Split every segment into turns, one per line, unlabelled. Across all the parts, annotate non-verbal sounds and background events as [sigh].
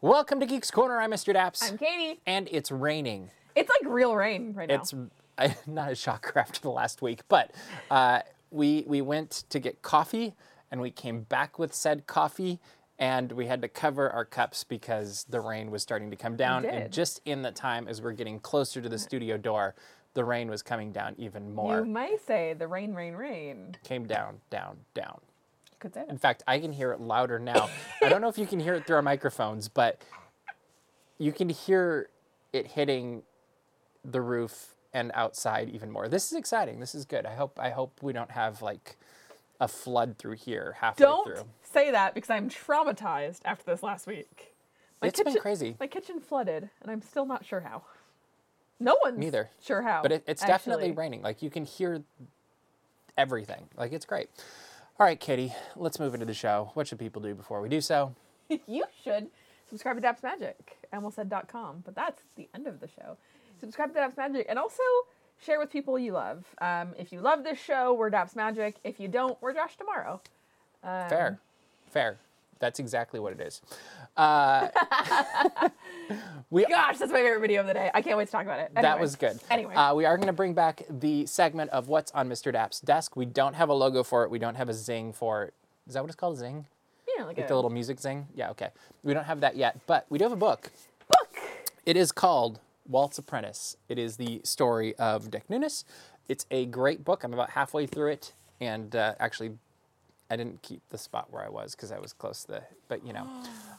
Welcome to Geeks Corner. I'm Mr. Daps.
I'm Katie.
and it's raining.
It's like real rain right now.
It's I, [laughs] not a shocker after the last week, but uh, we we went to get coffee and we came back with said coffee and we had to cover our cups because the rain was starting to come down and
did. Mm.
just in the time as we're getting closer to the studio door, the rain was coming down even more.
you may say the rain, rain, rain.
Came down, down, down.
You could say
In
that.
fact, I can hear it louder now. I don't know if you can hear it through our microphones, but you can hear it hitting the roof and outside even more. This is exciting. This is good. I hope I hope we don't have like a flood through here halfway
Don't
through.
say that because I'm traumatized after this last week. My
It's been crazy.
My kitchen flooded, and I'm still not sure how. No one's
Neither.
sure how.
But it, it's definitely
actually.
raining. Like you can hear everything. Like it's great. All right, Kitty, let's move into the show. What should people do before we do so?
you should subscribe to Daps Magic, com. but that's the end of the show. Subscribe to Daps Magic and also share with people you love. Um, if you love this show, we're Daps Magic. If you don't, we're Josh Tomorrow. Um,
Fair. Fair. That's exactly what it is.
Gosh, that's my favorite video of the day. I can't wait to talk about it. Anyway.
That was good.
Anyway,
uh, we are going to bring back the segment of what's on Mr. Dapp's desk. We don't have a logo for it. We don't have a zing for it. Is that what it's called? Zing?
yeah, like,
Like
a
the little music zing? Yeah, okay. We don't have that yet, but we do have a book.
book.
It is called Walt's Apprentice. It is the story of Dick Nunes. It's a great book. I'm about halfway through it, and uh, actually, I didn't keep the spot where I was because I was close to the. But you
[gasps]
know,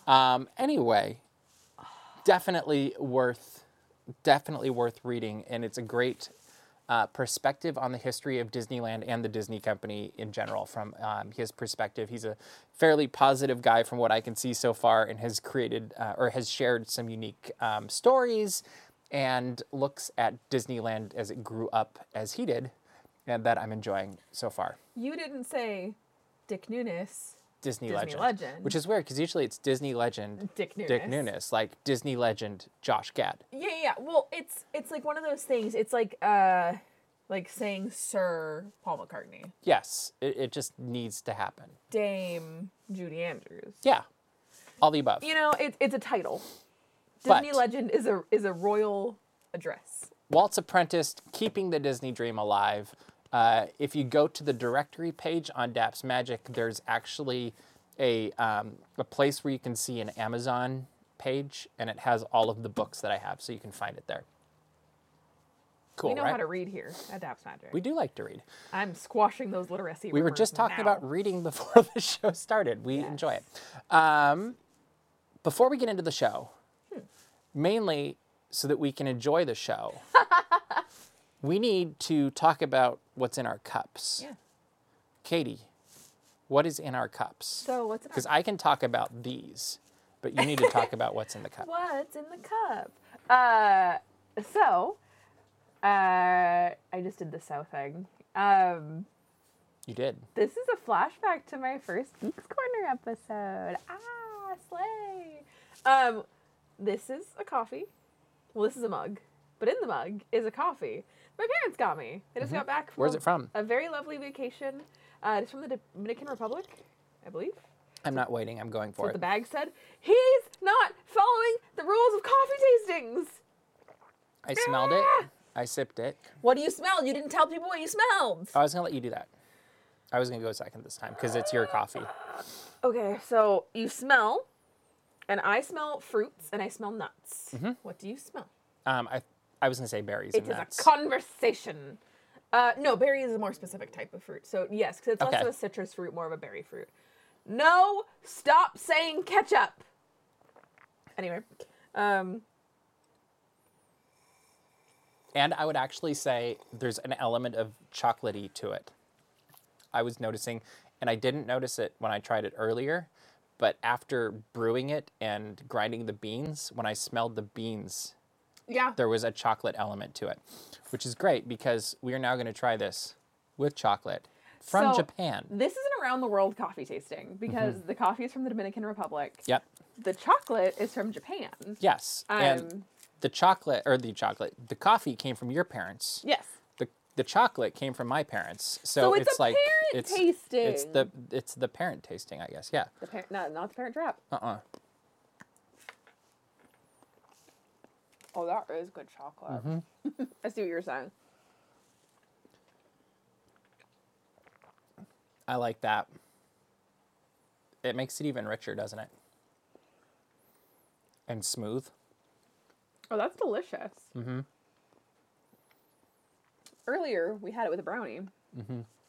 um, anyway, definitely worth, definitely worth reading, and it's a great. Uh, perspective on the history of Disneyland and the Disney Company in general, from um, his perspective. He's a fairly positive guy, from what I can see so far, and has created uh, or has shared some unique um, stories and looks at Disneyland as it grew up as he did, and that I'm enjoying so far.
You didn't say Dick Nunes.
Disney,
Disney
legend,
legend.
which is weird because usually it's Disney legend,
Dick Nunes.
Dick Nunes, like Disney legend Josh Gad.
Yeah, yeah. yeah. Well, it's it's like one of those things. It's like uh, like saying Sir Paul McCartney,
Yes, it, it just needs to happen.
Dame Judy Andrews.
Yeah, all the above.
You know, it's it's a title.
But-
Disney legend is a is a royal address.
Walt's Apprentice, Keeping the Disney Dream Alive. Uh, if you go to the directory page on Daps Magic, there's actually a, um, a place where you can see an Amazon page, and it has all of the books that I have, so you can find it there. Cool,
We know
right?
how to read here at Daps Magic.
we do like to read.
I'm squashing those literacy.
We were just talking about reading before [laughs] the show started. We enjoy it. Um, before we get into the show, mainly so that we can enjoy the
[laughs]
show, we need to talk about what's in our cups.
Yeah.
Katie, what is in our cups?
So uh, what's in our
Because I can talk about these, but you need to talk about what's in the
[laughs]
cup.
What's in the cup? Uh, so, uh, I just did the so thing. Um,
You did.
this is a flashback to my first Geeks Corner episode. Ah, slay! Um, this is a coffee. Well, this is a mug, but in the mug is a coffee. My parents got me. I just got back. From
Mm-hmm. Where's it from?
A very lovely vacation. Uh, it's from the Dominican Republic, I believe
I'm not waiting. I'm going for
what the
it.
bag said. He's not following the rules of coffee tastings.
I smelled it. I sipped it. Oh,
What do you smell? You didn't tell people what you smelled.
I was going to let you do that. I was going to go second this time because it's your coffee.
Okay, so you smell, and I smell fruits and I smell nuts.
Mm-hmm.
What do you smell?
Um, I I was gonna say berries
It
and
is
nuts.
a conversation. Uh, no, berry is a more specific type of fruit. So yes, because it's
Okay.
less of a citrus fruit, more of a berry fruit. No, stop saying ketchup. Anyway, um,
and I would actually say there's an element of chocolatey to it. I was noticing, and I didn't notice it when I tried it earlier, but after brewing it and grinding the beans, when I smelled the beans,
yeah,
there was a chocolate element to it, which is great because we are now gonna try this with chocolate from
So-
Japan.
This is an around the world coffee tasting because the coffee is from the Dominican Republic.
Mm-hmm. Yep.
The chocolate is from Japan.
Yes. and
Um,
the chocolate or the chocolate, the coffee came from your parents.
Yes.
the the chocolate came from my parents, so,
So it's a
like
parent
it's It's
tasting.
the it's the parent tasting, I guess. Yeah.
The parent, not, not the parent trap.
Uh uh
Oh, that is good chocolate. [laughs] I see what you're saying.
I like that. It makes it even richer, doesn't it? And smooth.
Oh, that's delicious. Mm-hmm. Earlier, we had it with a brownie.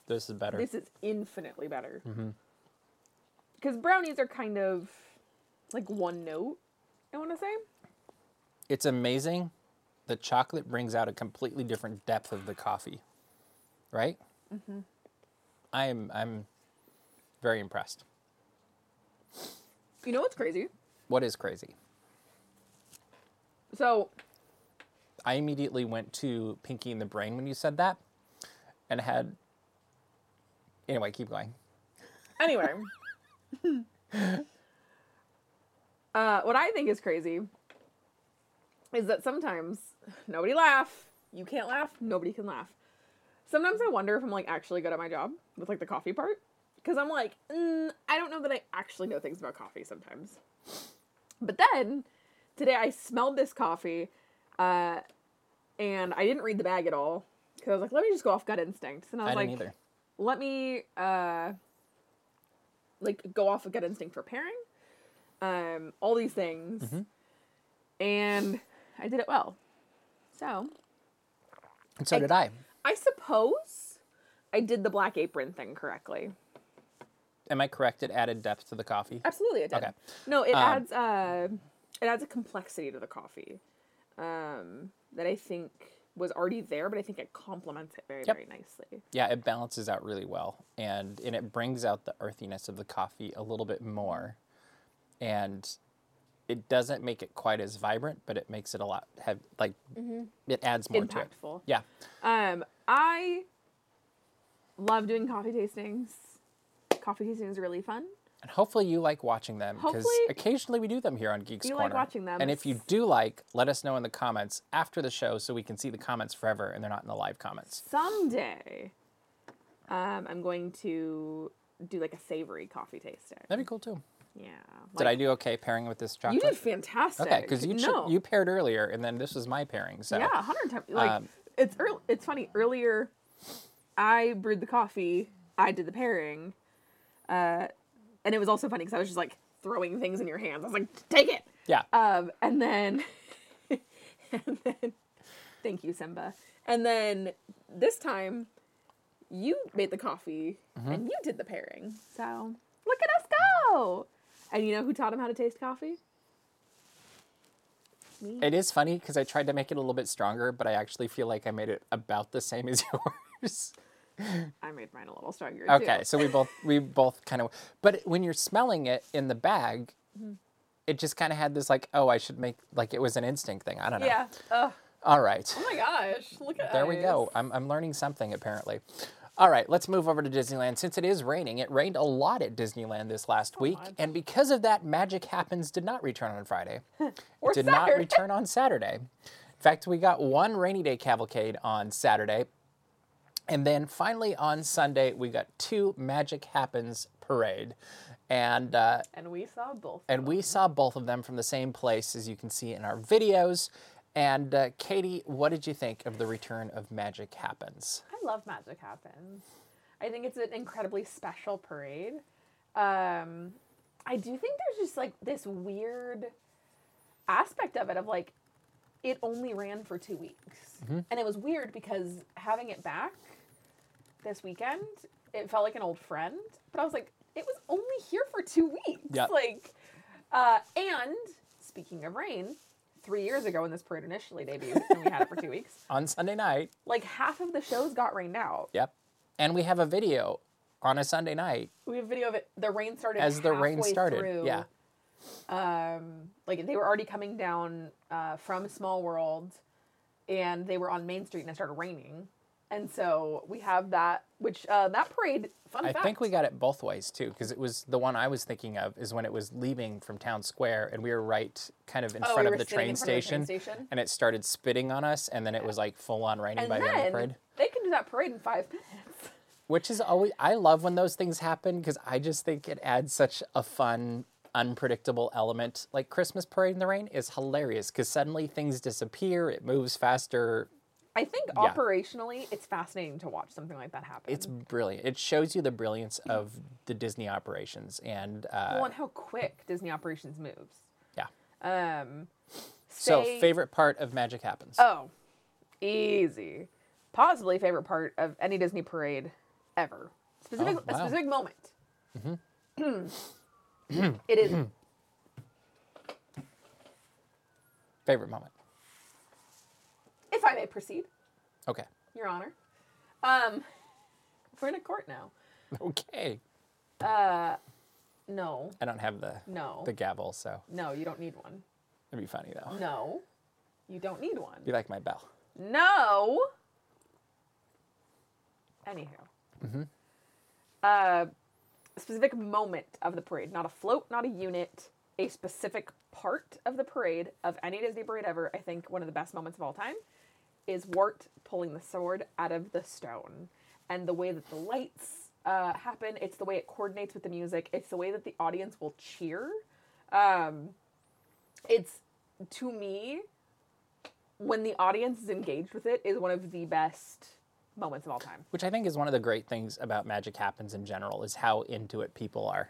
This is better.
This is infinitely better. Because brownies are kind of like one note, I want to say.
It's amazing. The chocolate brings out a completely different depth of the coffee, right?
Mm-hmm.
I'm I'm very impressed.
You know what's crazy?
What is crazy?
So,
I immediately went to Pinky and the Brain when you said that, and had. Anyway, keep going.
anyway. [laughs] uh, what I think is crazy is that sometimes nobody laugh. You can't laugh. Nobody can laugh. Sometimes I wonder if I'm like actually good at my job with like the coffee part. Because I'm like, mm, I don't know that I actually know things about coffee sometimes. But then today I smelled this coffee uh, and I didn't read the bag at all. Because I was like, let me just go off gut instincts. And I
I
was
didn't
like,
either.
let me uh like go off a gut instinct for pairing um all these things
Mm-hmm.
and i did it well so
And so did I.
i suppose i did the black apron thing correctly
Am I correct? It added depth to the coffee.
absolutely i did
Okay. Um,
no it adds uh it adds a complexity to the coffee um that i think was already there but i think it complements it very very nicely
Yeah, it balances out really well, and and it brings out the earthiness of the coffee a little bit more, and it doesn't make it quite as vibrant, but it makes it a lot hev- like it adds more to it.
Impactful.
Yeah,
Um, I love doing coffee tastings. Coffee tasting is really fun.
and hopefully you like watching them because
Hopefully-
occasionally we do them here on Geeks
You like
Corner.
watching them.
and if you do like, let us know in the comments after the show so we can see the comments forever and they're not in the live comments.
Someday, um, I'm going to do like a savory coffee tasting.
That'd be cool too.
Yeah.
Did
like-
I do okay pairing with this
You
chocolate?
did fantastic.
Okay, because you ch-
no.
you paired earlier, and then this was my pairing. So
yeah, a hundred times. Like
Um,
it's early, It's funny. Earlier, I brewed the coffee. I did the pairing, uh, and it was also funny because I was just like throwing things in your hands. I was like, "Take it."
yeah,
Um, and then, [laughs] and then, thank you, Simba. And then this time, you made the coffee
Mm-hmm.
and you did the pairing. So look at us go! And you know who taught him how to taste coffee? Me.
It is funny because I tried to make it a little bit stronger, but I actually feel like I made it about the same as [laughs] yours.
I made mine a little stronger. too.
okay, so we both we both kind of. But when you're smelling it in the bag,
Mm-hmm.
it just kind of had this like, oh, I should make like it was an instinct thing. I don't know.
Yeah. Ugh.
All right.
Oh my gosh! Look at
There we
us.
go. I'm, I'm learning something apparently. All right, let's move over to Disneyland. Since it is raining, it rained a lot at Disneyland this last week,
much.
and because of that, Magic Happens did not return on Friday.
Or
it did not
Saturday.
return on Saturday. In fact, we got one rainy day cavalcade on Saturday, and then finally on Sunday we got two Magic Happens parade, and uh,
And we saw both.
and we saw both of them from the same place as you can see in our videos. And uh, Katie, what did you think of the return of Magic Happens?
I love Magic Happens. I think it's an incredibly special parade. Um, I do think there's just like this weird aspect of it of like it only ran for two weeks, and it was weird because having it back this weekend, it felt like an old friend. But I was like, it was only here for two weeks.
Yeah.
Like, uh, and speaking of rain, three years ago when this parade initially debuted, and we had it for two [laughs] weeks
On Sunday night,
like half of the shows got rained out.
yep. And we have a video on a Sunday night
We have video of it. The rain started
as the rain
halfway
started.
through.
Yeah.
Um, like they were already coming down uh, from Small World, and they were on Main Street, and it started raining. And so we have that, which uh, that parade. Fun
I
fact.
think we got it both ways too, because it was the one I was thinking of is when it was leaving from town square and we were right kind of in,
Oh, we
front,
were
of the
sitting
train
in front of the train station.
and it started spitting on us and then it was like full on raining
and
by the end of the
then
parade.
they can do that parade in five minutes.
which is always I love when those things happen because I just think it adds such a fun unpredictable element like Christmas Parade in the Rain is hilarious because suddenly things disappear, it moves faster.
I think operationally, it's fascinating to watch something like that happen.
It's brilliant. It shows you the brilliance of the Disney operations and uh,
well, and how quick Disney operations moves.
yeah.
Um,
So
say-
favorite part of Magic Happens.
Oh, easy. Possibly favorite part of any Disney parade ever. Specific,
Oh,
A
wow. Mm-hmm.
specific moment. [clears throat] it is
Favorite moment.
if I may proceed,
Okay.
Your Honor. Um, we're in a court now.
[laughs] Okay.
No,
I don't have the
No.
the gavel, so
no, you don't need one.
it'd be funny though.
No, you don't need one.
Be like my bell.
No. Anywho. Uh, specific moment of the parade, not a float, not a unit, a specific part of the parade of any Disney parade ever. I think one of the best moments of all time is Wart pulling the sword out of the stone, and the way that the lights uh, happen. It's the way it coordinates with the music. It's the way that the audience will cheer. Um, it's to me when the audience is engaged with it is one of the best moments of all time.
which I think is one of the great things about Magic Happens in general is how into it people are,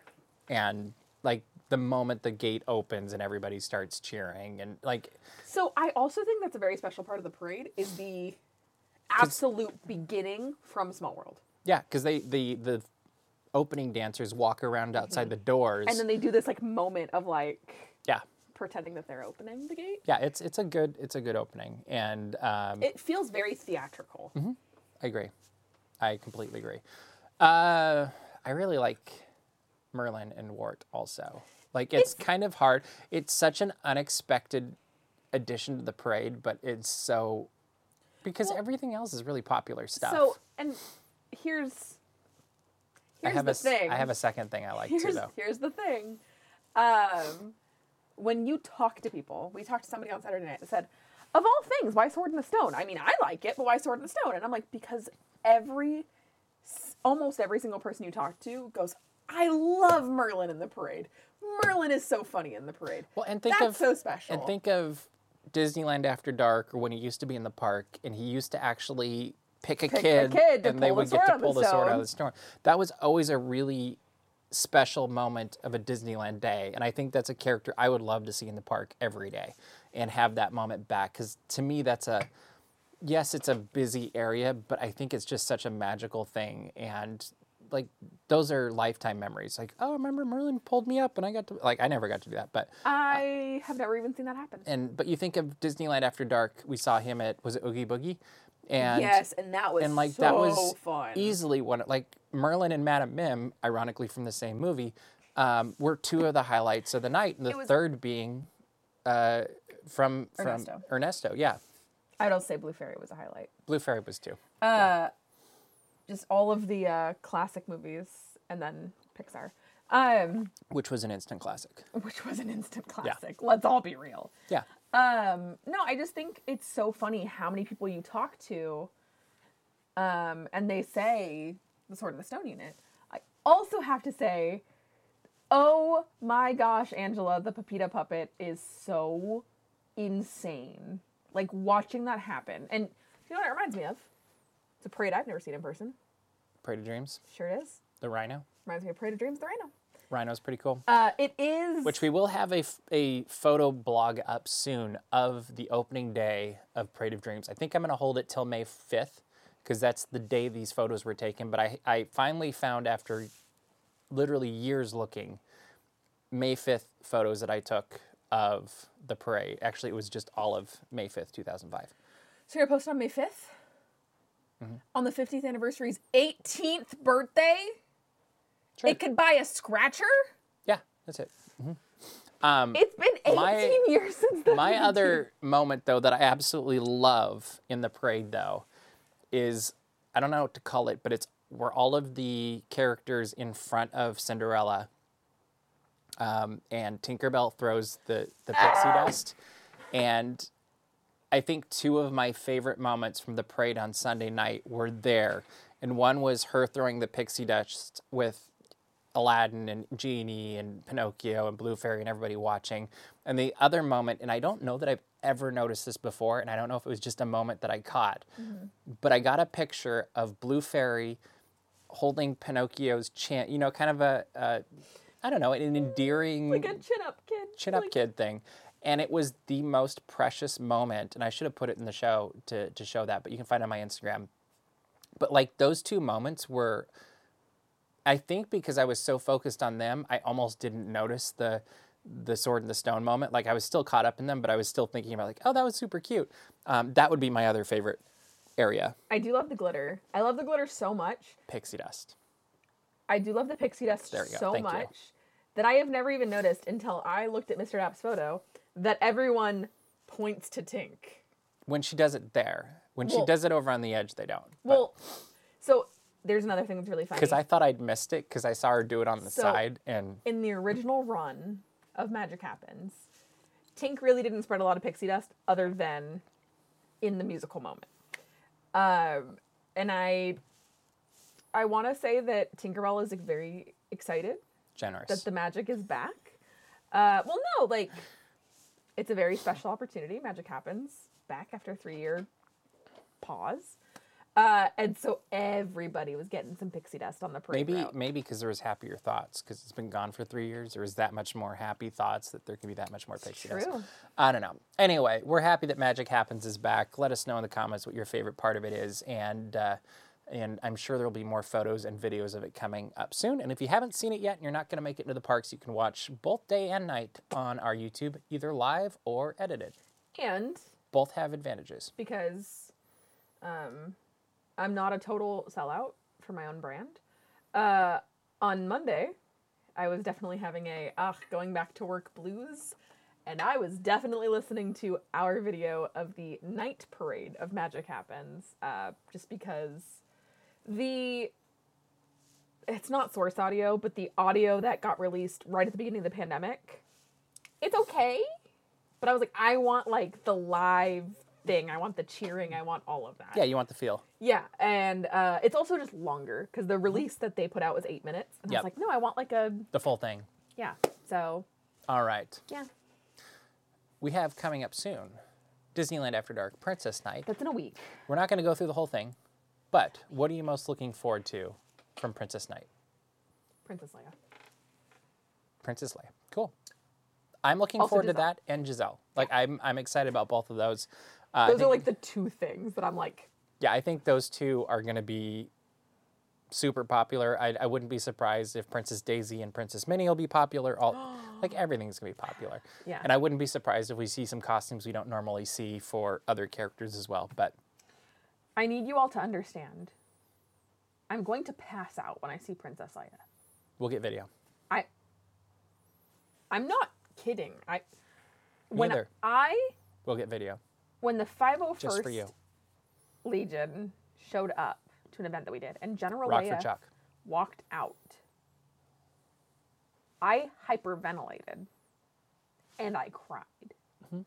and like the moment the gate opens and everybody starts cheering and like
So I also think that's a very special part of the parade is the absolute beginning from Small World.
yeah, because they the the opening dancers walk around outside the doors
Mm-hmm. And then they do this like moment of like
yeah
pretending that they're opening the gate.
yeah it's it's a good it's a good opening and um,
It feels very theatrical.
Mm-hmm. I agree, I completely agree. Uh, I really like Merlin and Wart also. Like it's kind of hard. It's such an unexpected addition to the parade, but it's so because everything else is really popular stuff.
So and here's
I
here's
have a
the
s-
thing.
I have a second thing I like too
here's,
though.
here's the thing. Um, when you talk to people, we talked to somebody on Saturday night that said, of all things, why Sword in the Stone? I mean, I like it, but why Sword in the Stone? And I'm like, because every, s- almost every single person you talk to goes, I love Merlin in the parade. Merlin is so funny in the parade.
Well, and think
That's
of
so special.
And think of Disneyland After Dark, or when he used to be in the park, and he used to actually pick a
Pick a
kid,
kid to
and they
pull the
would get
sword
to
out of
pull
the
the sword out
stone.
of the stone. That was always a really special moment of a Disneyland day, and I think that's a character I would love to see in the park every day, and have that moment back. Because to me, that's a yes, it's a busy area, but I think it's just such a magical thing. And like those are lifetime memories. Like, oh, remember Merlin pulled me up and I got to like I never got to do that, but
I have never even seen that happen.
and but you think of Disneyland After Dark, we saw him at was it Oogie Boogie? And
yes, and that was
and like
so
that was e
fun.
easily one like Merlin and Madame Mim, ironically from the same movie, um, were two of the highlights of the night, and the
was-
third being uh, from from
Ernesto.
Ernesto. Yeah.
I'd also say Blue Fairy was a highlight.
Blue Fairy was two.
Uh, just all of the uh, classic movies and then Pixar, um, [laughs]
Which was an instant classic.
which was an instant classic. Let's all be real.
Yeah.
Um, no, I just think it's so funny how many people you talk to, um, and they say the Sword in the Stone unit. I also have to say, oh my gosh, Angela, the Pepita puppet is so insane. Like watching that happen, and you know what it reminds me of? It's a parade I've never seen in person.
Parade of Dreams,
Sure it is.
the Rhino.
Reminds me of Parade of Dreams, the Rhino.
Rhino's pretty cool.
Uh, it is.
Which we will have a, f- a photo blog up soon of the opening day of Parade of Dreams. I think I'm going to hold it till May 5th because that's the day these photos were taken. But I, I finally found after literally years looking May 5th photos that I took of the parade. Actually, it was just all of May 5th, 2005.
So you're posted on May 5th?
Mm-hmm.
On the 50th anniversary's 18th birthday?
Sure.
It could buy a scratcher?
Yeah, that's it.
It's been
Mm.
18
My-
years since then. [laughs]
My other moment, though, that I absolutely love in the parade, though, is I don't know what to call it, but it's where all of the characters in front of Cinderella um, and Tinkerbell throws the, the pixie dust. And I think two of my favorite moments from the parade on Sunday night were there. And one was her throwing the pixie dust with Aladdin and Genie and Pinocchio and Blue Fairy and everybody watching. And the other moment, and I don't know that I've ever noticed this before, and I don't know if it was just a moment that I caught,
Mm-hmm.
but I got a picture of Blue Fairy holding Pinocchio's chin, you know, kind of a, a I don't know, an endearing
Like a chin up kid.
chin up
Like,
kid thing. And it was the most precious moment. And I should have put it in the show to, to show that, but you can find it on my Instagram. But like those two moments were, I think because I was so focused on them, I almost didn't notice the the sword and the stone moment. Like I was still caught up in them, but I was still thinking about like, oh, that was super cute. Um, that would be my other favorite area,
I do love the glitter. I love the glitter so much.
pixie dust.
I do love the pixie dust
There we go.
so
Thank you.
much that I have never even noticed until I looked at Mr. Dapp's photo that everyone points to Tink.
When she does it there, when she
Well-
does it over on the edge, they don't.
Well, so there's another thing that's really funny.
Because I thought I'd missed it because I saw her do it on the
So-
side and
in the original run of Magic Happens, Tink really didn't spread a lot of pixie dust other than in the musical moment. Um, and I I want to say that Tinkerbell is like, very excited
generous.
that the magic is back. Uh, well, no, like it's a very special opportunity. Magic happens back after a three year pause. Uh, and so everybody was getting some pixie dust on the parade.
Maybe
route.
maybe because there was happier thoughts because it's been gone for three years. There was that much more happy thoughts that there can be that much more pixie dust.
true.
I don't know. Anyway, we're happy that Magic Happens is back. Let us know in the comments what your favorite part of it is, and uh, and I'm sure there will be more photos and videos of it coming up soon. And if you haven't seen it yet and you're not going to make it to the parks, you can watch both day and night on our YouTube, either live or edited.
And
Both have advantages.
because um, I'm not a total sellout for my own brand. Uh, on Monday, I was definitely having a ah going back to work blues, and I was definitely listening to our video of the night parade of Magic Happens, uh, just because the it's not source audio, but the audio that got released right at the beginning of the pandemic, it's okay. But I was like, I want like the live thing. I want the cheering. I want all of that.
Yeah, you want the feel.
Yeah, and uh, it's also just longer because the release that they put out was eight minutes, and I
Mm-hmm. Yep.
was like, no, I want like a
The full thing.
yeah. So
All right.
yeah,
We have coming up soon Disneyland After Dark Princess Night.
that's in a week.
We're not going to go through the whole thing, but what are you most looking forward to from Princess Night?
Princess Leia.
Princess Leia. Cool. I'm looking
Also
forward to
Giselle.
that and Giselle. Like I'm, I'm excited about both of those. Uh, I
Those are
think-
like the two things that I'm like.
yeah, I think those two are going to be super popular. I, I wouldn't be surprised if Princess Daisy and Princess Minnie will be popular.
[gasps]
All like everything's going to be popular.
Yeah.
And I wouldn't be surprised if we see some costumes we don't normally see for other characters as well. But
I need you all to understand. I'm going to pass out when I see Princess Leia.
we'll get video.
I. I'm not kidding. I. When
Neither.
I
We'll get video
when the 501st
just for you.
Legion showed up to an event that we did, and General
Rock for
Leia
Chuck.
walked out, I hyperventilated and I cried.
Mm-hmm.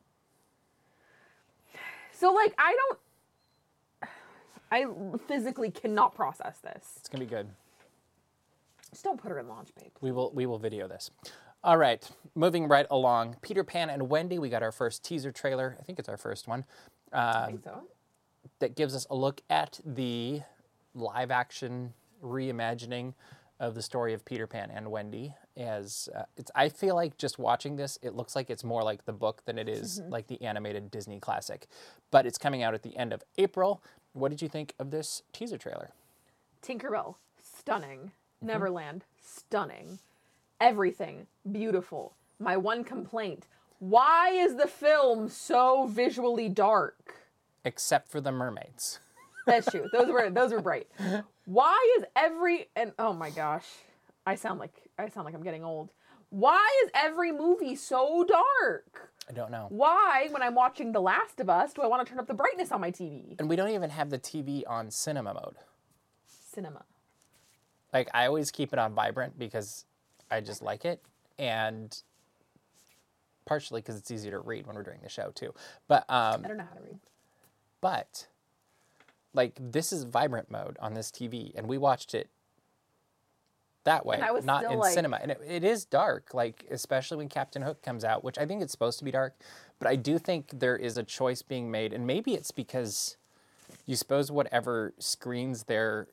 So, like, I don't, I physically cannot process this.
It's gonna be good.
Just don't put her in launch, babe.
We will we will video this. All right, moving right along. Peter Pan and Wendy. We got our first teaser trailer. I think it's our first one
I
Um,
think so.
that gives us a look at the live action reimagining of the story of Peter Pan and Wendy. As uh, it's, I feel like just watching this, it looks like it's more like the book than it is like the animated Disney classic. But it's coming out at the end of April. What did you think of this teaser trailer?
Tinkerbell, stunning. Neverland, stunning. Everything, beautiful. My one complaint why is the film so visually dark?
Except for the mermaids.
That's true. Those were those were bright. Why is every and oh my gosh, I sound like I sound like I'm getting old. Why is every movie so dark?
I don't know.
Why, when I'm watching The Last of Us, do I want to turn up the brightness on my TV?
And we don't even have the TV on cinema mode.
Cinema.
like I always keep it on vibrant because I just like it, and partially because it's easier to read when we're doing the show too. But um,
I don't know how to read.
but like this is vibrant mode on this TV, and we watched it. that way,
And I was
not
still
in
like-
cinema. And it, it is dark, like especially when Captain Hook comes out, which I think it's supposed to be dark. But I do think there is a choice being made, and maybe it's because you suppose whatever screens they're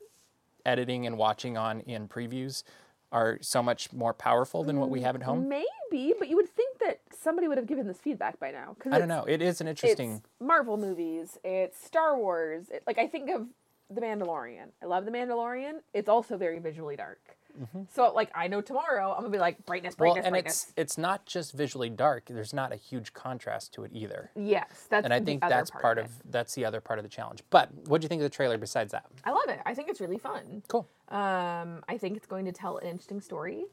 editing and watching on in previews are so much more powerful than what we have at home.
Maybe, but you would think that somebody would have given this feedback by now. Cause
I don't know. It is an interesting.
Mm-hmm. It's Marvel movies. It's Star Wars. It, like I think of The Mandalorian. I love The Mandalorian. It's also very visually dark. So like I know tomorrow I'm gonna be like brightness,
Mm-hmm. Well,
brightness,
and
brightness.
it's it's not just visually dark. There's not a huge contrast to it either.
Yes, that's
And I
the
think
other
that's part of,
it.
that's the other part of the challenge. But what do you think of the trailer besides that?
I love it. I think it's really fun.
Cool.
Um, I think it's going to tell an interesting story.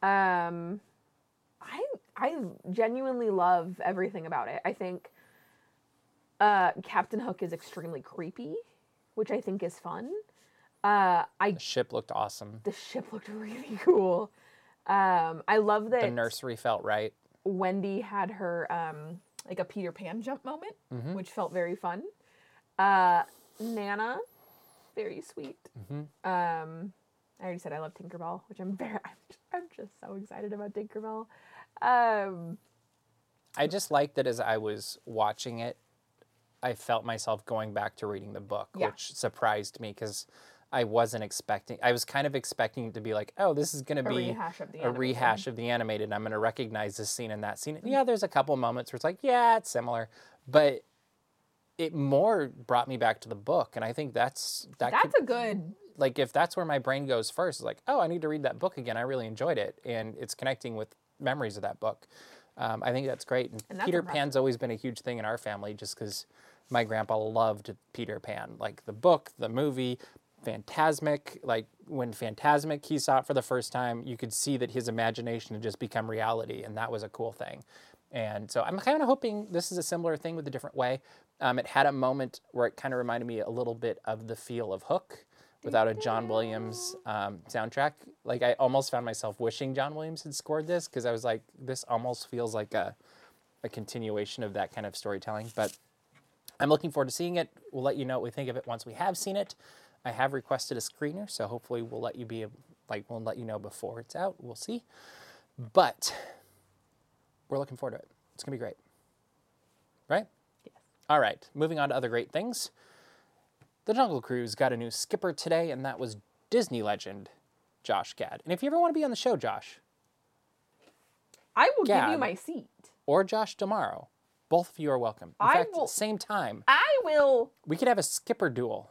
Um, I I genuinely love everything about it. I think uh, Captain Hook is extremely creepy, which I think is fun. Uh, I
The ship looked awesome.
the ship looked really [laughs] cool. Um, I love that
The nursery felt right.
Wendy had her um, like a Peter Pan jump moment,
Mm-hmm.
which felt very fun. Uh, Nana, very sweet.
Mm-hmm.
Um, I already said I love Tinkerbell, which I'm very, I'm, I'm just so excited about Tinkerbell. Um,
I just liked that as I was watching it, I felt myself going back to reading the book,
Yeah.
which surprised me because I wasn't expecting. I was kind of expecting it to be like, oh, this is going to be
rehash of the
a rehash of the animated. I'm going to recognize this scene and that scene.
Mm-hmm.
And yeah, there's a couple moments where it's like, yeah, it's similar, but it more brought me back to the book, and I think that's that. could-
that's a good
like if that's where my brain goes first it's like oh i need to read that book again i really enjoyed it and it's connecting with memories of that book um, i think that's great and,
And that's
peter
impressive.
pan's always been a huge thing in our family just because my grandpa loved peter pan like the book the movie phantasmic like when phantasmic he saw it for the first time you could see that his imagination had just become reality and that was a cool thing and so i'm kind of hoping this is a similar thing with a different way um, it had a moment where it kind of reminded me a little bit of the feel of hook without a John Williams um, soundtrack. Like I almost found myself wishing John Williams had scored this because I was like, this almost feels like a a continuation of that kind of storytelling. But I'm looking forward to seeing it. We'll let you know what we think of it once we have seen it. I have requested a screener, so hopefully we'll let you be like we'll let you know before it's out. We'll see, but we're looking forward to it. It's gonna be great, right? All right, moving on to other great things. The Jungle Cruise got a new skipper today, and that was Disney legend Josh Gad. And if you ever want to be on the show, Josh,
I will give
Gad.
you my seat.
or Josh tomorrow, both of you are welcome. In
I
fact,
will-
same time,
I will.
we could have a skipper duel.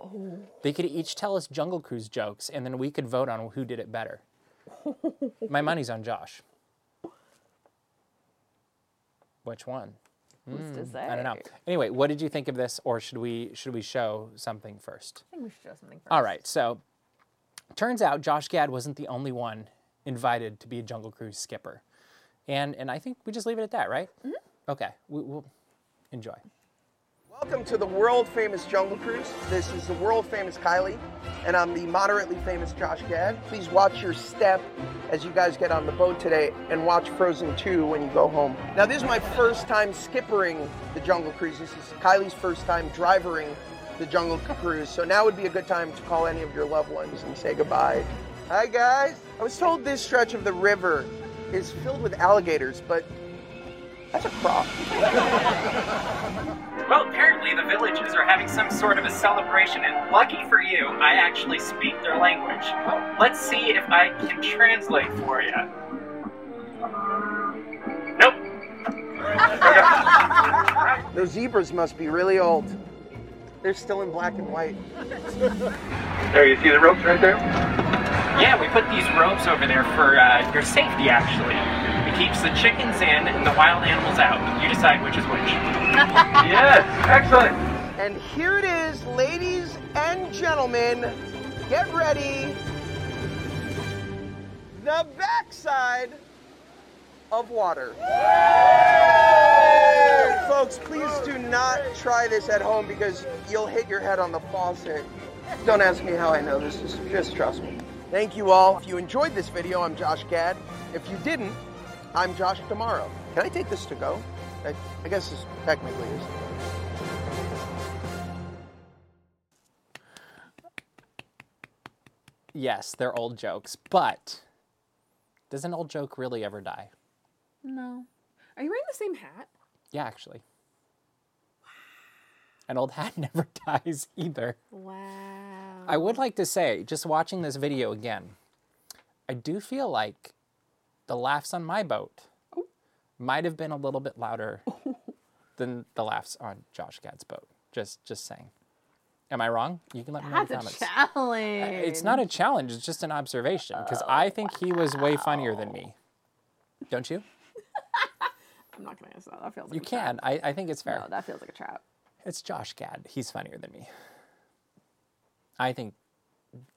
Oh.
They could each tell us Jungle Cruise jokes, and then we could vote on who did it
[laughs]
better. My money's on Josh. Which one?
Who's to say?
Hmm, I don't know. Anyway, what did you think of this, or should we should we show something first?
I think we should show something first.
All right, so turns out Josh Gad wasn't the only one invited to be a Jungle Cruise skipper, and and I think we just leave it at that, right? Okay, we, we'll enjoy.
Welcome to the world famous Jungle Cruise. This is the world famous Kylie, and I'm the moderately famous Josh Gad. Please watch your step as you guys get on the boat today and watch Frozen 2 when you go home. Now, this is my first time skippering the Jungle Cruise. This is Kylie's first time drivering the Jungle Cruise, so now would be a good time to call any of your loved ones and say goodbye. Hi, guys. I was told this stretch of the river is filled with alligators, but that's a crop.
Well, apparently the villagers are having some sort of a celebration, and lucky for you, I actually speak their language. Let's see if I can translate for you. Nope.
Those zebras must be really old. They're still in black and white.
There, you see the ropes right there?
Yeah, we put these ropes over there for uh, your safety, actually. It keeps the chickens in and the wild animals out. You decide which is which.
Yes, excellent.
And here it is, ladies and gentlemen. Get ready. The backside of water. Folks, please do not try this at home because you'll hit your head on the faucet. Don't ask me how I know this, just, just trust me. Thank you all. If you enjoyed this video, I'm Josh Gad. If you didn't, I'm Josh Tomorrow. Can I take this to go? I, I guess this technically is.
yes, they're old jokes, but does an old joke really ever die?
No. Are you wearing the same hat?
Yeah, actually. An old hat [laughs] never dies either.
Wow.
I would like to say, just watching this video again, I do feel like the laughs on my boat
Oh.
might have been a little bit louder [laughs] than the laughs on Josh Gad's boat. Just just saying. Am I wrong? You can let me know in the
That's
comments.
a challenge.
It's not a challenge, it's just an observation because
Oh,
I think he was way funnier than me. Don't you?
I'm not gonna answer that. That feels like
You
a trap.
can. I, I think it's fair.
No, that feels like a trap.
It's Josh Gad. He's funnier than me. I think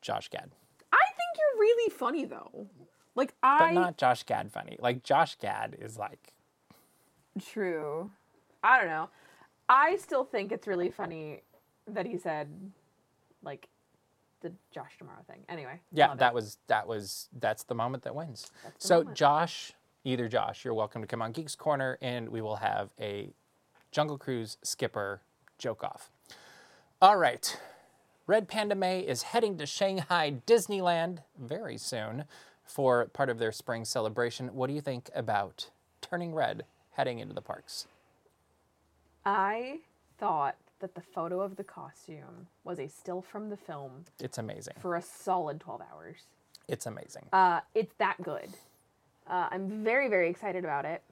Josh Gad,
I think you're really funny though. Like
but
I
not Josh Gad funny. Like Josh Gad is like
True. I don't know. I still think it's really funny that he said, like, the Josh Tomorrow thing. Anyway.
yeah.
love
That
it.
was that was that's the moment that wins.
the
So
moment.
Josh, either Josh, you're welcome to come on Geeks Corner, and we will have a Jungle Cruise skipper joke off. All right. Red Panda May is heading to Shanghai Disneyland very soon for part of their spring celebration. What do you think about turning red heading into the parks?
I thought that the photo of the costume was a still from the film
It's amazing.
for a solid 12 hours.
It's amazing.
Uh, it's that good. Uh, I'm very, very excited about it.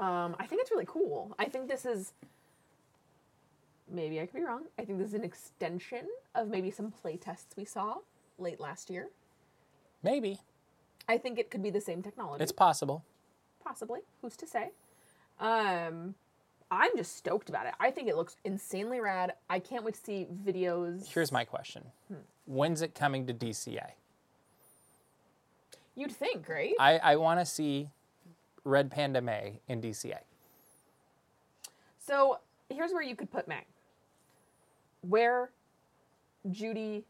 Um, I think it's really cool. I think this is. Maybe I could be wrong. I think this is an extension of maybe some playtests we saw late last year.
Maybe.
I think it could be the same technology.
It's possible.
possibly. Who's to say? Um, I'm just stoked about it. I think it looks insanely rad. I can't wait to see videos.
Here's my question
hmm.
When's it coming to DCA?
You'd think, right?
I, I want to see Red Panda May in DCA.
So here's where you could put May. Where Judy,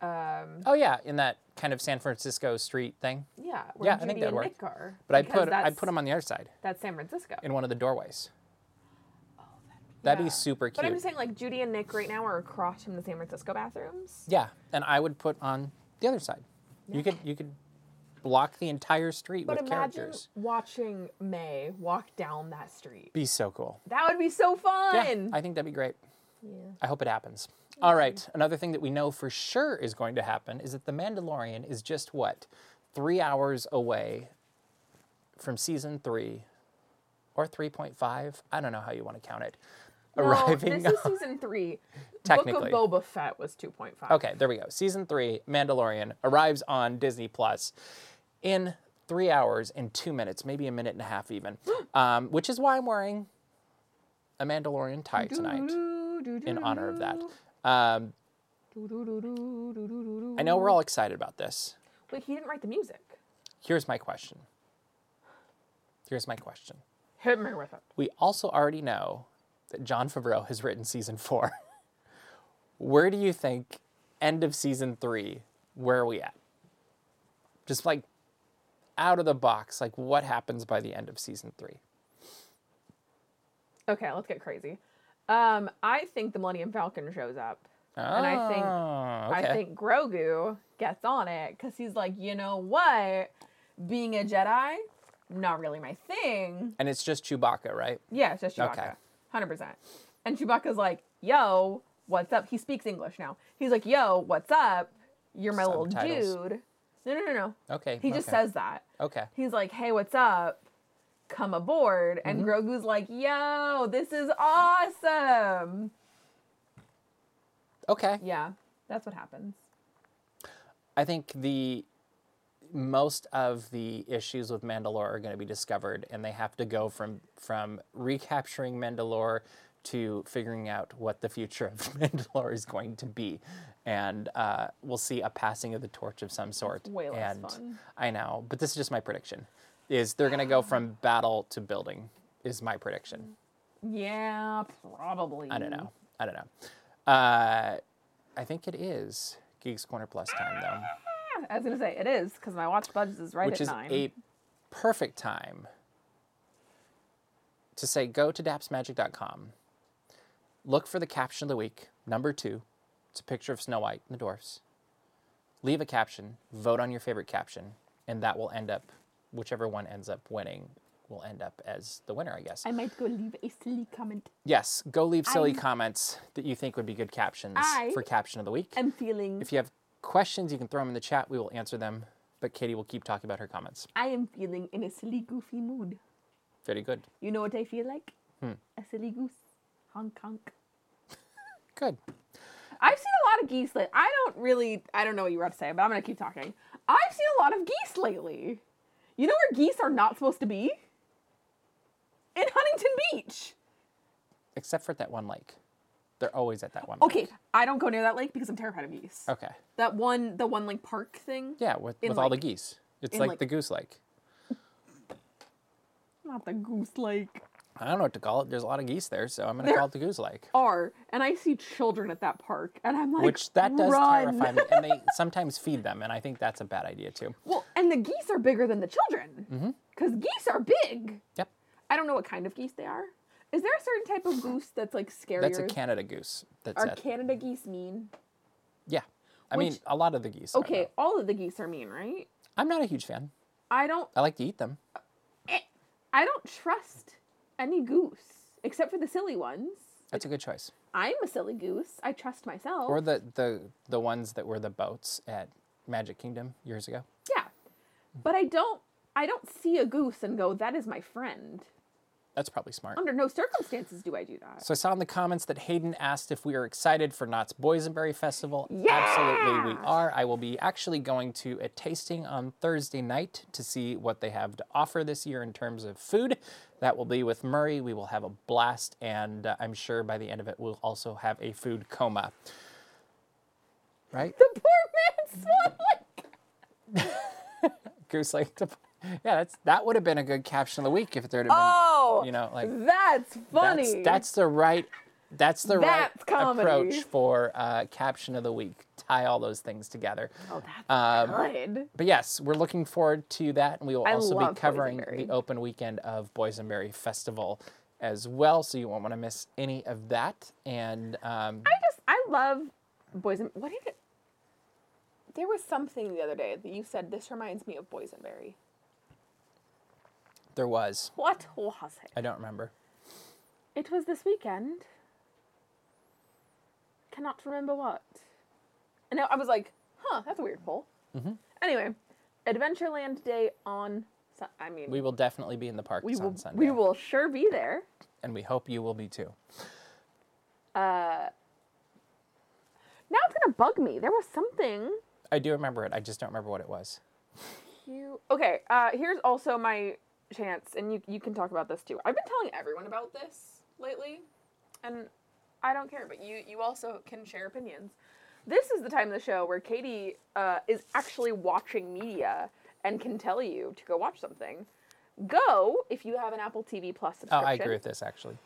um,
Oh, yeah, in that kind of San Francisco street thing.
yeah, where
Yeah, I
Judy
think that'd
and
work.
Nick are.
But I
because
put, I
that's-
put them on the other side
That's San Francisco.
in one of the doorways. That'd
Oh, Yeah.
be super
But I'm
cute.
just saying, like Judy and Nick right now are across from the San Francisco bathrooms.
yeah, and I would put on the other side. You could you could block the entire street
But
with
imagine
characters.
watching May walk down that street.
Be so cool.
That would be so fun.
Yeah, I think that'd be great. I hope it happens. All right. Another thing that we know for sure is going to happen is that The Mandalorian is just what? Three hours away from season three or 3.5. I don't know how you want to count it. Arriving. [laughs]
No, this is season three.
Technically.
Book of Boba Fett was 2.5.
okay, there we go. Season three, Mandalorian, arrives on Disney Plus in three hours and two minutes, maybe a minute and a half
[gasps]
even, um, which is why I'm wearing a Mandalorian tie tonight in honor of that. Um, I know we're all excited about this.
Wait, he didn't write the music.
Here's my question. Here's my question.
Hit me with it.
We also already know that John Favreau has written season four. [laughs] where do you think end of season three? Where are we at? Just like out of the box, like what happens by the end of season three?
Okay, let's get crazy. Um, I think the Millennium Falcon shows up. and I think
Oh, okay.
I think Grogu gets on it because he's like, you know what? Being a Jedi, not really my thing.
and it's just Chewbacca, right?
Yeah, it's just
Okay.
Chewbacca. Hundred percent. And Chewbacca's like, "Yo, what's up?" He speaks English now. He's like, "Yo, what's up? You're my
Subtitles.
little dude." No, no, no, no.
Okay.
He just
Oh, okay,
says that.
Okay.
He's like, "Hey, what's up? Come aboard." And
Mm-hmm.
Grogu's like, "Yo, this is awesome."
Okay.
Yeah, that's what happens.
I think the most of the issues with Mandalore are going to be discovered, and they have to go from from recapturing Mandalore to figuring out what the future of [laughs] Mandalore is going to be, and uh, we'll see a passing of the torch of some sort.
way less
and
fun.
I know, but this is just my prediction: is they're going to go
[sighs]
from battle to building. Is my prediction.
Yeah, probably.
I don't know. I don't know. Uh, I think it is Geeks Corner Plus time though.
I was gonna say it is because my watch budget is right
which
at
is
nine.
a perfect time to say go to dapsmagic.com, look for the caption of the week, number two. It's a picture of Snow White and the dwarfs. Leave a caption, vote on your favorite caption, and that will end up, whichever one ends up winning, will end up as the winner, I guess.
I might go leave a silly comment.
yes, go leave silly
I'm-
comments that you think would be good captions
I
for caption of the week.
I'm feeling.
If you have questions, you can throw them in the chat. We will answer them. But Katie will keep talking about her comments.
I am feeling in a silly, goofy mood.
Very good.
You know what I feel like?
Hmm.
A silly goose. Honk honk.
Good.
I've seen a lot of geese lately. I don't really, I don't know what you were about to say, but I'm gonna keep talking. I've seen a lot of geese lately. You know where geese are not supposed to be? In Huntington Beach.
Except for at that one lake. They're always at that one lake.
Okay, I don't go near that lake because I'm terrified of geese.
Okay.
That one, the one like park thing.
Yeah, with,
In
with all the
like-
geese. It's
in
like
like-
the goose lake.
Not the goose lake.
I don't know what to call it. There's a lot of geese there, so I'm going to
There-
call it the goose lake.
Are and I see children at that park, and I'm [laughs] like,
Which that does
Run.
terrify me. And they [laughs] sometimes feed them, and I think that's a bad idea too.
Well, and the geese are bigger than the
Mm-hmm.
children. Because geese are big.
Yep.
I don't know what kind of geese they are. Is there a certain type of goose that's like scarier?
That's a Canada goose. That's
Are
it.
Canada geese mean?
yeah. I mean,
Which-
a lot of the geese. are,
Okay,
though.
all of the geese are mean, right?
I'm not a huge fan.
I don't
I like to eat them.
I don't trust any goose except for the silly ones.
That's a good choice.
I'm a silly goose. I trust myself.
Or the, the, the ones that were the boats at Magic Kingdom years ago.
yeah. But I don't I don't see a goose and go, that is my friend.
That's probably smart.
Under no circumstances do I do that.
So I saw in the comments that Hayden asked if we are excited for Knott's Boysenberry Festival. Absolutely, we
Yeah!
are. I will be actually going to a tasting on Thursday night to see what they have to offer this year in terms of food. That will be with Murray. We will have a blast, and uh, I'm sure by the end of it, we'll also have a food coma. Right?
[laughs] The poor [laughs] man swallowed like
Goose Lake. Dep- [laughs] Yeah, that's that would have been a good caption of the week if there had been,
Oh,
you know, like
that's funny.
That's, that's the right. That's the
That's
right
comedy.
approach for uh, caption of the week. Tie all those things together.
oh, that's
Um,
good.
But yes, we're looking forward to that, and we will
I
also
love
be covering
Boysenberry.
the open weekend of Boysenberry Festival as well. So you won't want to miss any of that. And um,
I just I love boysen. What did it? There was something the other day that you said. This reminds me of boysenberry.
there was,
What was it?
I don't remember.
It was this weekend. Cannot remember what. And I I was like, huh, that's a weird poll.
Mm-hmm.
Anyway, Adventureland Day on. Sun- I mean,
We will definitely be in the parks
we
on
will
Sunday,
we will sure be there.
and we hope you will be too.
Now it's gonna bug me. There was something
I do remember it. I just don't remember what it was.
You okay? Uh, here's also my chance, and you you can talk about this too. I've been telling everyone about this lately, and I don't care. But you you also can share opinions. This is the time of the show where Katie uh, is actually watching media and can tell you to go watch something. Go if you have an Apple TV Plus
Oh,
subscription.
I agree with this actually.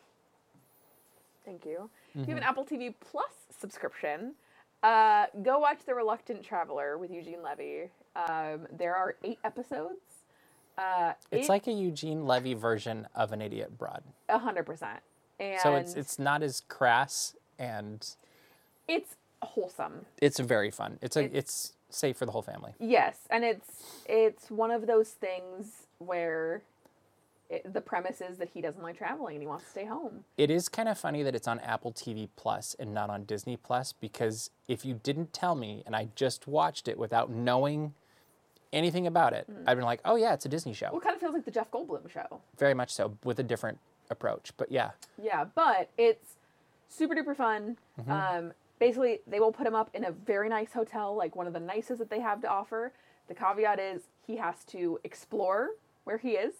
Thank you. If you have an
Mm-hmm.
Apple TV Plus subscription, uh, go watch The Reluctant Traveler with Eugene Levy. Um, there are eight episodes. Uh,
It's like a Eugene Levy version of an idiot broad.
a hundred percent, and
So it's it's not as crass and
it's wholesome.
it's very fun. It's a it's safe for the whole family.
Yes, and it's it's one of those things where it, the premise is that he doesn't like traveling and he wants to stay home.
It is kind of funny that it's on Apple TV Plus and not on Disney Plus because if you didn't tell me and I just watched it without knowing anything about it,
Mm.
I'd been like, "Oh yeah, it's a Disney show."
Well, it kind of feels like the Jeff Goldblum show.
Very much so with a different approach. But yeah,
Yeah, but it's super duper fun.
Mm-hmm.
Um, basically, they will put him up in a very nice hotel, like one of the nicest that they have to offer. The caveat is he has to explore where he is.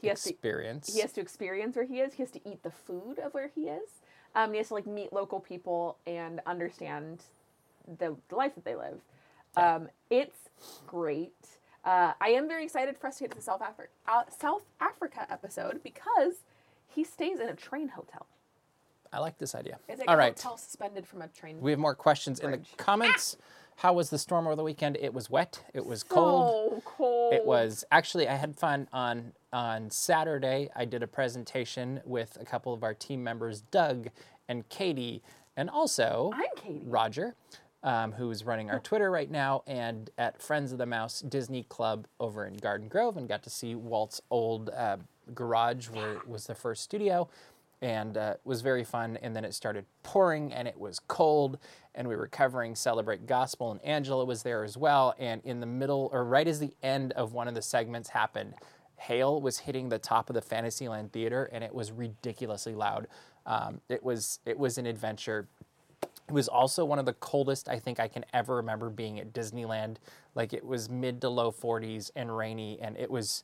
He has to
experience.
he has to experience where he is. He has to eat the food of where he is. Um, and he has to like meet local people and understand the, the life that they live. Um, it's great. Uh, I am very excited for us to get to the South Africa uh, South Africa episode because he stays in a train hotel.
I like this idea.
It's like
All
a
right.
hotel suspended from a train.
We have more questions in
Bridge.
the comments. How was the storm over the weekend? It was wet. It was cold.
Ah! So cold.
It was actually I had fun on on Saturday. I did a presentation with a couple of our team members, Doug and Katie, And also,
I'm Katie.
Roger, um, who is running our Twitter right now, and at Friends of the Mouse Disney Club over in Garden Grove, and got to see Walt's old uh, garage where it was the first studio, and uh, it was very fun. And then it started pouring, and it was cold, and we were covering Celebrate Gospel, and Angela was there as well. And in the middle, or right as the end of one of the segments happened, hail was hitting the top of the Fantasyland Theater, and it was ridiculously loud. Um, it was it was an adventure. It was also one of the coldest I think I can ever remember being at Disneyland. Like it was mid to low 40s and rainy, and it was.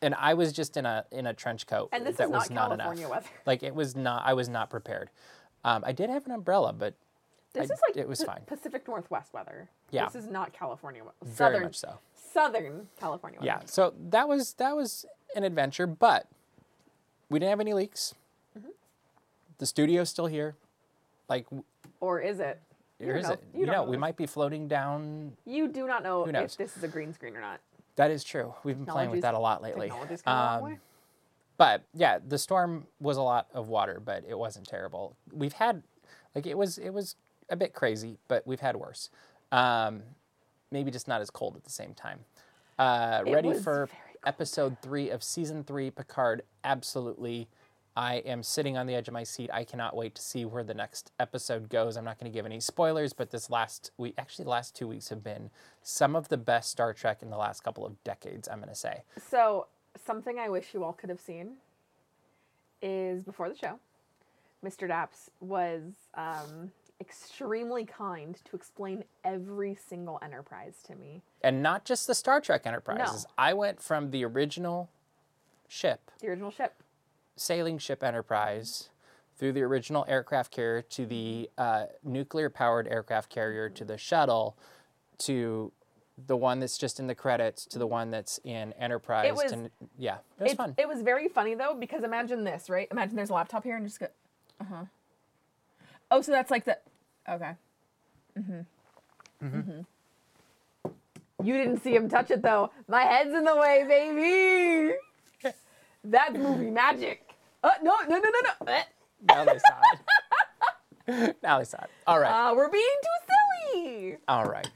And I was just in a in a trench coat
And this
that
is
was
not
not enough.
California weather. [laughs]
Like it was not. I was not prepared. Um, I did have an umbrella, but
This
I-
is like
it was
P-
fine.
Pacific Northwest weather.
Yeah.
This is not California weather.
very
Southern,
much so.
Southern California weather.
Yeah. So that was that was an adventure, but we didn't have any leaks.
Mm-hmm.
The studio's still here. Like w-
Or is it? You
Or
don't
is
know.
it?
You
You
don't
know,
know
we
this.
might be floating down.
You do not know
knows?
if this is a green screen or not.
That is true. We've been playing
Technology's-
with that a lot lately.
Technology's come a long
Um,
way.
But yeah, the storm was a lot of water, but it wasn't terrible. We've had, like, it was it was a bit crazy, but we've had worse. Um, maybe just not as cold at the same time. Uh, ready
was
for
very cold.
episode three of season three, Picard? Absolutely. I am sitting on the edge of my seat. I cannot wait to see where the next episode goes. I'm not going to give any spoilers, but this last week, actually, the last two weeks have been some of the best Star Trek in the last couple of decades, I'm going to say.
So, something I wish you all could have seen is before the show, Mr. Daps was um, extremely kind to explain every single enterprise to me.
and not just the Star Trek Enterprises. I went from the original ship,
The original ship.
sailing ship Enterprise, through the original aircraft carrier to the uh, nuclear-powered aircraft carrier to the shuttle, to the one that's just in the credits, to the one that's in Enterprise.
was-
to, yeah, it was
It- [laughs]
fun.
It was very funny though because imagine this, right? Imagine there's a laptop here and just go, uh huh. Oh, so that's like the, okay. Mhm. Mhm. You didn't see him touch it though. My head's in the way, baby. That's movie magic. Uh, no, no, no, no, no. Eh.
now they saw it. [laughs] now they saw it. All right.
Uh, we're being too silly.
All right.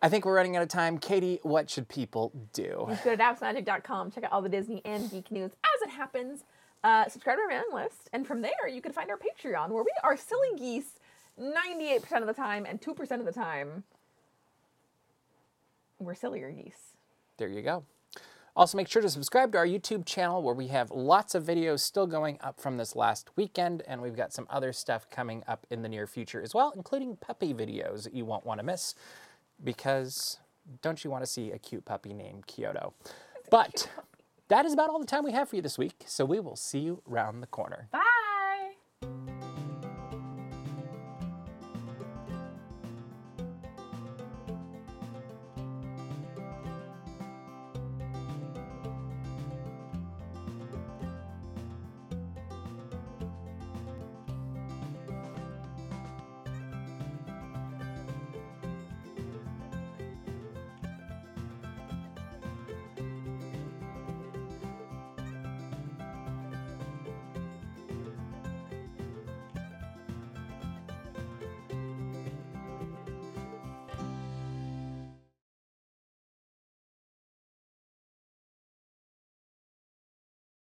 I think we're running out of time. Katie, what should people do?
Go to dapsmagic.com, check out all the Disney and geek news as it happens. Uh, subscribe to our mailing list, and from there you can find our Patreon where we are silly geese 98% of the time, and 2% of the time we're sillier geese.
there you go. Also, make sure to subscribe to our YouTube channel where we have lots of videos still going up from this last weekend, and we've got some other stuff coming up in the near future as well, including puppy videos that you won't want to miss because don't you want to see a cute puppy named Kyoto? But that is about all the time we have for you this week, so we will see you round the corner.
Bye!